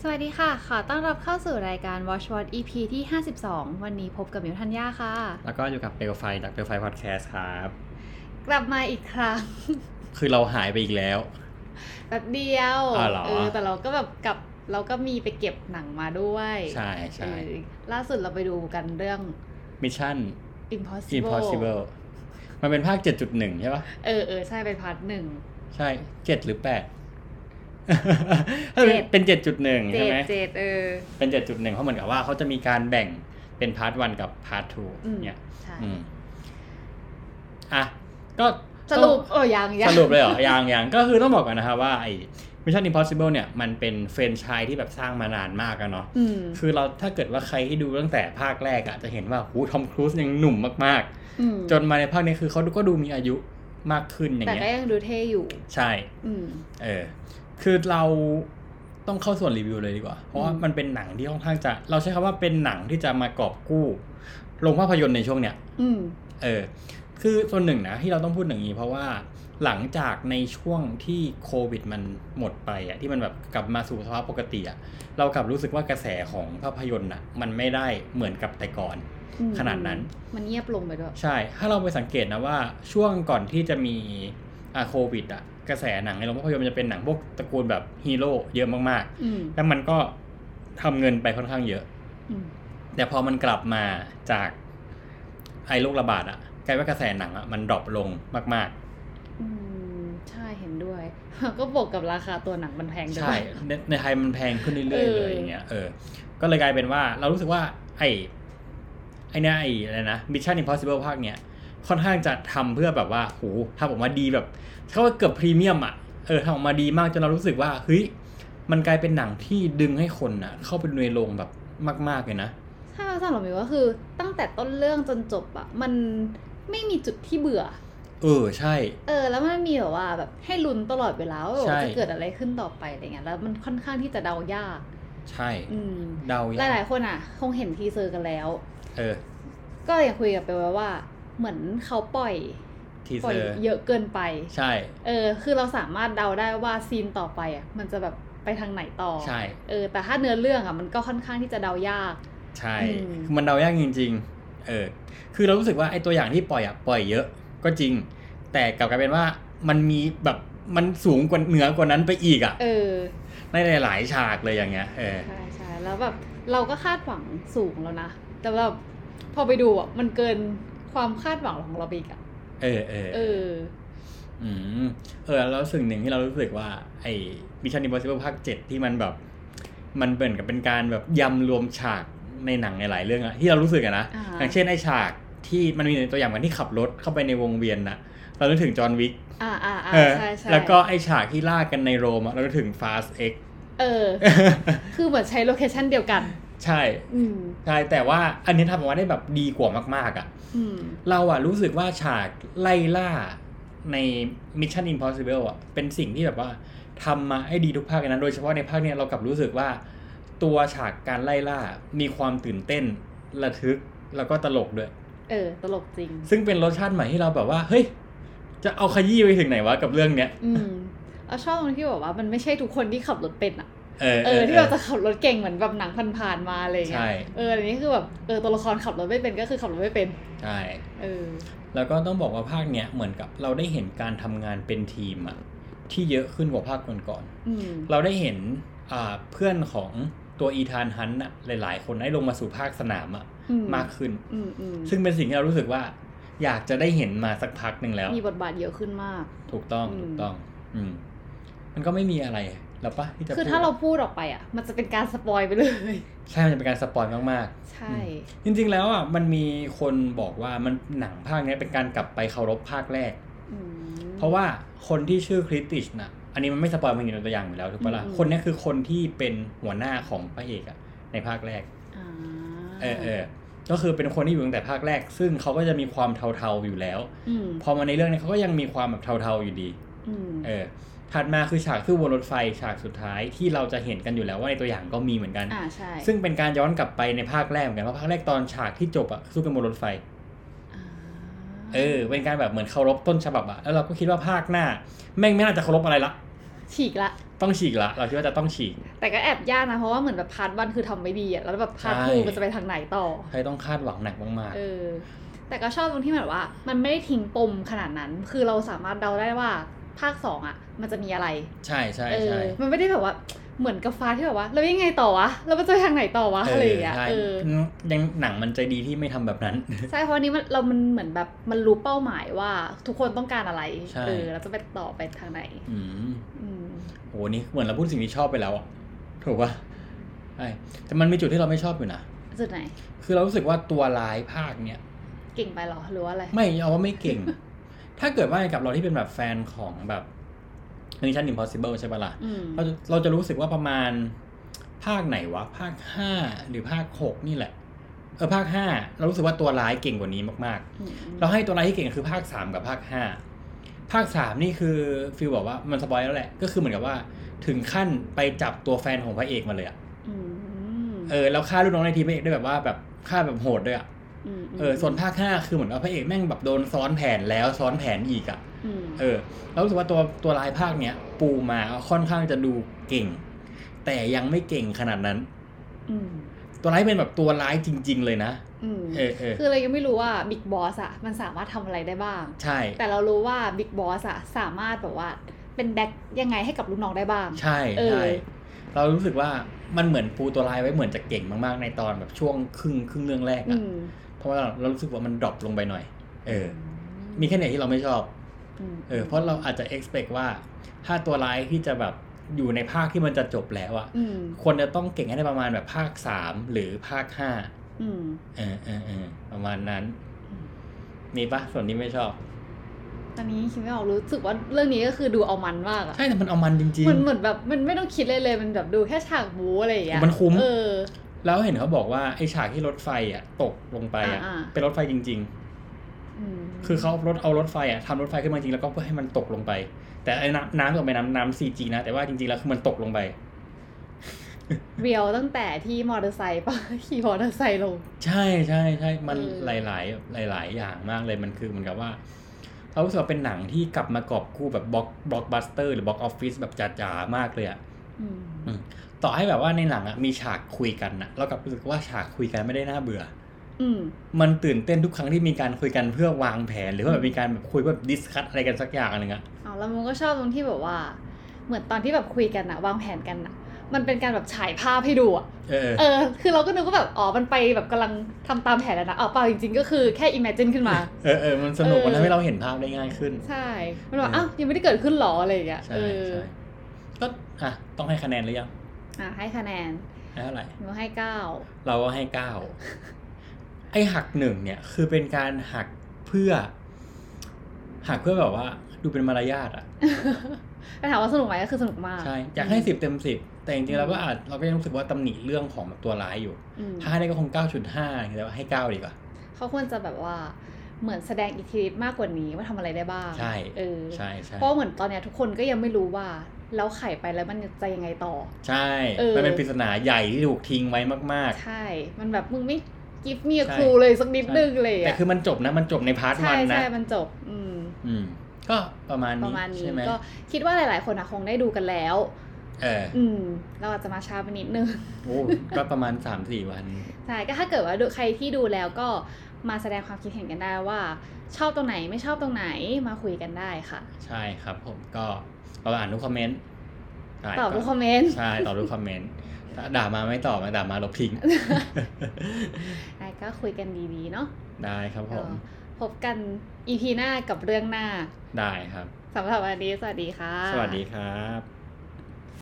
สวัสดีค่ะ ขอต้อนรับเข้าสู่รายการ Watch What EP ที่ 52 วันนี้พบกับมิวทัญญาค่ะ แล้วก็อยู่กับเปลวไฟจากเปลวไฟพอดแคสต์ครับ กลับมาอีกครั้ง คือเราหายไปอีกแล้ว แบบเดียว อ๋อเหรอ เออแต่เราก็แบบกลับเราก็มีไปเก็บหนังมาด้วย ใช่ใช่ เออล่าสุดเราไปดูกันเรื่อง มิชชั่น Impossible impossible มันเป็นภาค 7.1 ใช่ปะ เออเออใช่ไปพาร์ทหนึ่ง ใช่ 7 หรือ 8 เจ็ด เป็น 7.1 เจ็ ใช่ ด ไหม เจ็ดเออ เป็น 7.1 เพราะเหมือนกับว่าเขาจะมีการแบ่งเป็นพาร์ท 1 กับพาร์ท อืม 2 เนี่ย ใช่ อืมอ่ะ ก็ สรุปเออยังยัง สรุปเลยเหรอ อย่างอย่างก็คือต้องบอกกันนะครับว่าไอ้ Mission Impossible เนี่ย มันเป็นเฟรนช์ชายที่แบบสร้างมานานมากแล้วเนาะ อืม คือเราถ้าเกิดว่าใครที่ดูตั้งแต่ภาคแรกอะจะเห็นว่าหูทอมครูซยังหนุ่มมาก อืม ๆ จนมาในภาคนี้คือเขาก็ดูมีอายุมากขึ้นอย่าง แต่ เงี้ ก็ ย ยังดูเท่อยู่ ใช่ อืม เออ คือเราต้องเข้าส่วนรีวิวเลยดีกว่า เพราะว่า อืม มันเป็นหนังที่ค่อนข้างจะ เราใช้คำว่าเป็นหนังที่จะมากอบกู้โรงภาพยนตร์ในช่วงเนี้ย อืม เออ คือส่วนหนึ่งนะที่เราต้องพูดอย่างนี้ เพราะว่าหลังจากในช่วงที่โควิดมันหมดไปอะที่มันแบบกลับมาสู่สภาพปกติอะเรากลับรู้สึกว่ากระแสของภาพยนตร์อะมันไม่ได้เหมือนกับแต่ก่อน อืม ขนาดนั้น มันเงียบลงไปด้วย ใช่ ถ้าเราไปสังเกตนะว่าช่วงก่อนที่จะมีอะโควิดอะกระแสหนังในโรงภาพยนตร์มันจะเป็นหนังพวกตระกูลแบบฮีโร่เยอะมาก อืม ๆ แล้วมันก็ทำเงินไปค่อนข้างเยอะ อืม แต่พอมันกลับมาจากไอ้โรคระบาดอะกลายว่ากระแสหนังอะมันดรอปลงมาก อืม ใช่เห็นด้วย ก็บวกกับราคาตัวหนังมันแพง ๆ ด้วย ใช่ในในไทยมันแพงขึ้นเรื่อยๆเลยอย่างเงี้ยเออ ก็เลยกลายเป็นว่าเรารู้สึกว่า ไอ้ไอ้เนี่ยไอ้อะไรนะ Mission Impossible ภาคเนี้ยค่อนข้างจะทำเพื่อแบบว่าโหทำออกมาดีแบบเขาว่าเกือบพรีเมียมอะเออทำออกมาดีมากจนเรารู้สึกว่าเฮ้ยมันกลายเป็นหนังที่ดึงให้คนอะเข้าไปดูในโรงแบบมาก ๆเลยนะ ถ้าสำหรับมิวก็คือ ตั้งแต่ต้นเรื่องจนจบอะมันไม่มีจุดที่เบื่อ เออใช่ เออ แล้วมันมีแบบว่าแบบให้ลุ้นตลอดเวลาว่าแบบ ใช่ จะเกิดอะไรขึ้นต่อไปอะไรเงี้ยแล้วมันค่อนข้างที่จะเดายาก ใช่ อืม เดา ห ยาก ลายๆคนอ่ะ คงเห็นทีเซอร์กันแล้ว เออ ก็ยังคุยกับไปว่าว่า เหมือนเขาปล่อย ที ป เซ ล่อย อร์ เยอะเกินไป ใช่ เออ คือเราสามารถเดาได้ว่าซีนต่อไปอ่ะมันจะแบบไปทางไหนต่อ ใช่ เออแต่ถ้าเนื้อเรื่องอ่ะมันก็ค่อนข้างที่จะเดายาก ใช่ อืม คือมันเดายากจริง ๆ เออ คือเรารู้สึกว่าไอ้ตัวอย่างที่ปล่อยอะปล่อยเยอะก็จริง แต่กลับกลายเป็นว่ามันมีแบบมันสูงกว่าเหนือกว่านั้นไปอีกอะ เออ ในหลายๆฉากเลยอย่างเงี้ยเออ ใช่ใช่แล้วแบบเราก็คาดหวังสูงแล้วนะ แต่แบบพอไปดูอ่ะมันเกินความคาดหวังของเราไปอีกอ่ะ เออเออ เออ อืมเออแล้วสิ่งหนึ่งที่เรารู้สึกว่าไอ้ Mission Impossible ภาค7ที่มันแบบ มันเป็นกับเป็นการแบบยำรวมฉากในหนังในหลายเรื่องอะที่เรารู้สึกอะนะ อ่าฮะ อย่างเช่นไอ้ฉากที่มันมีตัวอย่างเหมือนที่ขับรถเข้าไปในวงเวียนนะเรานึกถึงจอห์นวิก อ่าอ่าอ่า เออ ใช่ใช่ แล้วก็ไอฉากที่ล่ากันในโรมอะเราถึง Fast X เออ คือเหมือนใช้โลเคชันเดียวกัน ใช่ อืม ใช่แต่ว่าอันนี้ทำออกมาได้แบบดีกว่ามาก ๆอะ อืม เราอะรู้สึกว่าฉากไล่ล่าใน Mission Impossible อะเป็นสิ่งที่แบบว่าทำมาให้ดีทุกภาคเลยนะโดยเฉพาะในภาคเนี้ยเรากลับรู้สึกว่า ตัวฉากการไล่ล่ามีความตื่นเต้นระทึกแล้วก็ตลกด้วย เออ ตลกจริง ซึ่งเป็นรสชาติใหม่ที่เราแบบว่าเฮ้ยจะเอาขยี้ไปถึงไหนวะกับเรื่องเนี้ย อืมเราชอบตรงที่แบบว่ามันไม่ใช่ทุกคนที่ขับรถเป็นอ่ะ เออ เออที่เราจะขับรถเก่งเหมือนแบบหนังผ่านๆมาอะไรอย่างเงี้ ใช่ ยเอออันนี้คือแบบเออตัวละครขับรถไม่เป็นก็คือขับรถไม่เป็น ใช่ เออ แล้วก็ต้องบอกว่าภาคเนี้ยเหมือนกับเราได้เห็นการทำงานเป็นทีมอะที่เยอะขึ้นกว่าภาคก่อน อืม ๆเราได้เห็นอ่าเพื่อนของตัวอีธานฮันต์อะหลาย ๆ คนได้ลงมาสู่ภาคสนามอะ อื มากขึ้น อืมอืม ซึ่งเป็นสิ่งที่เรารู้สึกว่า อยากจะได้เห็นมาสักพักหนึ่งแล้ว มีบทบาทเยอะขึ้นมาก ถูกต้อง อืม ถูกต้อง อืมมันก็ไม่มีอะไรแล้วปะที่จะ คือ พูด ถ้าเราพูดออกไปอ่ะ มันจะเป็นการสปอยไปเลย ใช่มันจะเป็นการสปอยมาก ใช่ ๆ จริง ๆ แล้วอ่ะมันมีคนบอกว่ามันหนังภาคเนี้ยเป็นการกลับไปเคารพภาคแรก อืม เพราะว่าคนที่ชื่อคริสติชนะอันนี้มันไม่สปอยมันอยู่ในตัวอย่างอยู่แล้วถูกปะล่ะ อืม คนเนี้ยคือคนที่เป็นหัวหน้าของพระเอกอะในภาคแรก อ่า เออเออก็คือเป็นคนที่อยู่ตั้งแต่ภาคแรก ซึ่งเขาก็จะมีความเทาๆอยู่แล้ว อืม พอมาในเรื่องเนี้เขาก็ยังมีความแบบเทาๆอยู่ดี อืม เออ ถัดมาคือฉากขึ้นบนรถไฟฉากสุดท้ายที่เราจะเห็นกันอยู่แล้วว่าในตัวอย่างก็มีเหมือนกัน อ่าใช่ ซึ่งเป็นการย้อนกลับไปในภาคแรกเหมือนกันเพราะภาคแรกตอนฉากที่จบอะสู้กันบนรถไฟ อ่า เออ เป็นการแบบเหมือนเคารพต้นฉบับอะแล้วเราก็คิดว่าภาคหน้า แม่งไม่น่าจะเคารพอะไรละ ฉีกละ ต้องฉีกละ เราคิดว่าจะต้องฉีก แต่ก็แอบยากนะ เพราะว่าเหมือนแบบพาร์ทวันคือทำไม่ดีอะแล้วแบบพาร์ท ใช่ ทูมันจะไปทางไหนต่อ ใครต้องคาดหวังหนักมาก เออ แต่ก็ชอบตรงที่แบบว่า มันไม่ได้ทิ้งปมขนาดนั้น คือเราสามารถเดาได้ว่าภาคสองอะมันจะมีอะไร ๆ ใช่ใช่ เออ ใช่ มันไม่ได้แบบว่าเหมือนกับฟ้าที่แบบว่าแล้วยังไงต่อวะแล้วมันจะไปทางไหนต่อวะอะไรอย่างเงี้ย ใช่ เออ ยังหนังมันใจดีที่ไม่ทำแบบนั้น ใช่เพราะอันนี้มันเรามันเหมือนแบบมันรู้เป้าหมายว่าทุกคนต้องการอะไร ใช่ เออแล้วจะไปต่อไปทางไหน อืม อืม โหนี่เหมือนเราพูดสิ่งที่ชอบไปแล้วอะถูกปะใช่แต่มันมีจุดที่เราไม่ชอบอยู่นะ จุดไหน คือเรารู้สึกว่าตัวร้ายภาคเนี่ย เก่งไปเหรอหรือว่าอะไร ไม่เอาว่าไม่ เก่ง ถ้าเกิดว่ากับเราที่เป็นแบบแฟนของแบบ Mission Impossible ใช่ปะล่ะ อืม เราจะเราจะรู้สึกว่าประมาณภาคไหนวะ ภาคห้าหรือภาคหกนี่แหละ เออภาคห้าเรารู้สึกว่าตัวร้ายเก่งกว่านี้มาก อืม ๆ เราให้ตัวร้ายที่เก่งคือภาคสามกับภาคห้าภาคสามนี่คือฟิลบอกว่ามันสปอยแล้วแหละ ก็คือเหมือนกับว่าถึงขั้นไปจับตัวแฟนของพระเอกมาเลยอะ อืม เออแล้วฆ่าลูกน้องในทีมพระเอกด้วยแบบว่าแบบฆ่าแบบโหดด้วยอะ ม เออส่วนภาคห้าคือเหมือนว่าพระเอกแม่งแบบโดนซ้อนแผนแล้วซ้อนแผนอีกอะ อืม เออเรารู้สึกว่าตัวตัวลายภาคเนี้ยปูมาค่อนข้างจะดูเก่ง แต่ยังไม่เก่งขนาดนั้น อืม ตัวร้ายเป็นแบบตัวร้ายจริง ๆ เลยนะ อืม เออเออ คือเรายังไม่รู้ว่าบิ๊กบอสอะมันสามารถทำอะไรได้บ้าง ใช่ แต่เรารู้ว่าบิ๊กบอสอะสามารถแบบว่าเป็นแบ็คยังไงให้กับลูกน้องได้บ้าง ใช่ เออ ใช่เรารู้สึกว่ามันเหมือนปูตัวร้ายไว้เหมือนจะเก่งมากๆในตอนแบบช่วงครึ่งครึ่งเรื่องแรก อื อะ ม เพราะว่าเรารู้สึกว่ามันดรอปลงไปหน่อย เออ มีแค่ไหนที่เราไม่ชอบ ม เออเพราะเราอาจจะ expect ว่า ถ้าตัวร้ายที่จะแบบอยู่ในภาคที่มันจะจบแล้วอะ อืม ควรจะต้องเก่งให้ได้ประมาณแบบภาคสามหรือภาคห้า อืม เออเออเออประมาณนั้น อืม นี่ปะส่วนนี้ไม่ชอบ ตอนนี้คิดไม่ออกรู้สึกว่าเรื่องนี้ก็คือดูเอามันมากอะ ใช่แต่มันเอามันจริง มันเหมือนแบบมันไม่ต้องคิดเลยเลยมันแบบดูแค่ฉากบู๊อะไรอย่างเงี้ย มันคุ้ม เออ ๆ แล้วเห็นเขาบอกว่าไอ้ฉากที่รถไฟอ่ะตกลงไปอ่ะ อ่าๆ เป็นรถไฟจริง อืม ๆ คือเขาเอารถเอารถไฟอ่ะทำรถไฟขึ้นมาจริงแล้วก็เพื่อให้มันตกลงไป แต่ไอ้น้ำน้ำตกไปน้ำน้ำซีจีนะแต่ว่าจริงๆแล้วคือมันตกลงไป เรียวตั้งแต่ที่มอเตอร์ไซค์ปะ ขี่มอเตอร์ไซค์ลง ใช่ใช่ใช่มัน เออ หลายๆหลาย ๆ อย่างมากเลยมันคือเหมือนกับว่าเรารู้สึกว่าเป็นหนังที่กลับมากอบกู้แบบบล็อกบล็อกบัสเตอร์หรือบล็อกออฟฟิศแบบจ๋าๆมากเลยอ่ะ อืม อืม ต่อให้แบบว่าในหลังอะมีฉากคุยกันนะเรากลับรู้สึกว่าฉากคุยกันไม่ได้น่าเบื่อ อืม มันตื่นเต้นทุกครั้งที่มีการคุยกันเพื่อวางแผน หรือว่าแบบมีการแบบคุยแบบดิสคัตอะไรกันสักอย่างหนึ่งอะ เอาแล้วมันก็ชอบตรงที่แบบว่า เหมือนตอนที่แบบคุยกันอะวางแผนกันอะมันเป็นการแบบฉายภาพให้ดูอะ เออ เออ คือเราก็นึกว่าแบบอ๋อมันไปแบบกำลังทำตามแผนแล้วนะอ๋อเปล่าจริงๆ ก็คือแค่ imagine ขึ้นมา เออเออมันสนุก เออ มันทำให้เราเห็นภาพได้ง่ายขึ้น ใช่มันบอก เออ อ้าวยังไม่ได้เกิดขึ้นหรออะไรอย่างเงี้ย ใช่ เออ ใช่ก็อ่ะต้องให้คะแนนหรือยัง อ่ะให้คะแนน ให้เท่าไหร่ หนูให้เก้า เราก็ให้เก้าไอหักหนึ่งเนี่ย คือเป็นการหักเพื่อ หักเพื่อแบบว่า ดูเป็นมารยาทอะ ไปถามว่าสนุกไหมก็คือสนุกมาก ใช่อยากให้สิบเต็มสิบแต่จริงๆเราก็อาจเราก็ยังรู้สึกว่าตำหนิเรื่องของแบบตัวร้ายอยู่ อืม ถ้าให้ได้ก็คงเก้าจุดห้าแต่ว่าให้เก้าดีกว่า เขาควรจะแบบว่าเหมือนแสดงอิทธิฤทธิ์มากกว่านี้ว่าทำอะไรได้บ้าง ใช่ เออ ใช่ใช่ เพราะเหมือนตอนเนี้ยทุกคนก็ยังไม่รู้ว่าแล้วไข่ไปแล้วมันจะยังไงต่อ ใช่ เออ มันเป็นปริศนาใหญ่ที่ถูกทิ้งไว้มาก ใช่ มันแบบมึงไม่กิฟต์มี ใช่ ครูเลยสักนิด ใช่ นึงเลย ๆ แต่ อ่ะ คือมันจบนะมันจบในพาร์ทวั ใช่ นนะ ใช่มันจบ อืม อืม ก็ประมาณ ประ นี้ มาณนี้ ใช่ไหม ก็คิดว่าหลาย ๆ คนอะคงได้ดูกันแล้ว เออ อืม เราอาจจะมาช้าไปนิดนึง โอ้ก็ประมาณสามสี่วัน ใช่ก็ถ้าเกิดว่าดูใครที่ดูแล้วก็มาแสดงความคิดเห็นกันได้ว่า ชอบตรงไหนไม่ชอบตรงไหนมาคุยกันได้ค่ะ ใช่ครับ ผมก็เราอ่านทุกคอมเมนต์ใช่ ตอบทุกคอมเมนต์ ใช่ตอบทุกคอมเมนต์ด่ามาไม่ตอบมาด่ามาลบทิ้ ง ได้ก็คุยกันดีๆ เนาะ ได้ครับผ ก็ ม พบกันอีพีหน้ากับเรื่องหน้า ได้ครับ สำหรับวันนี้สวัสดีค่ะ สวัสดีครับ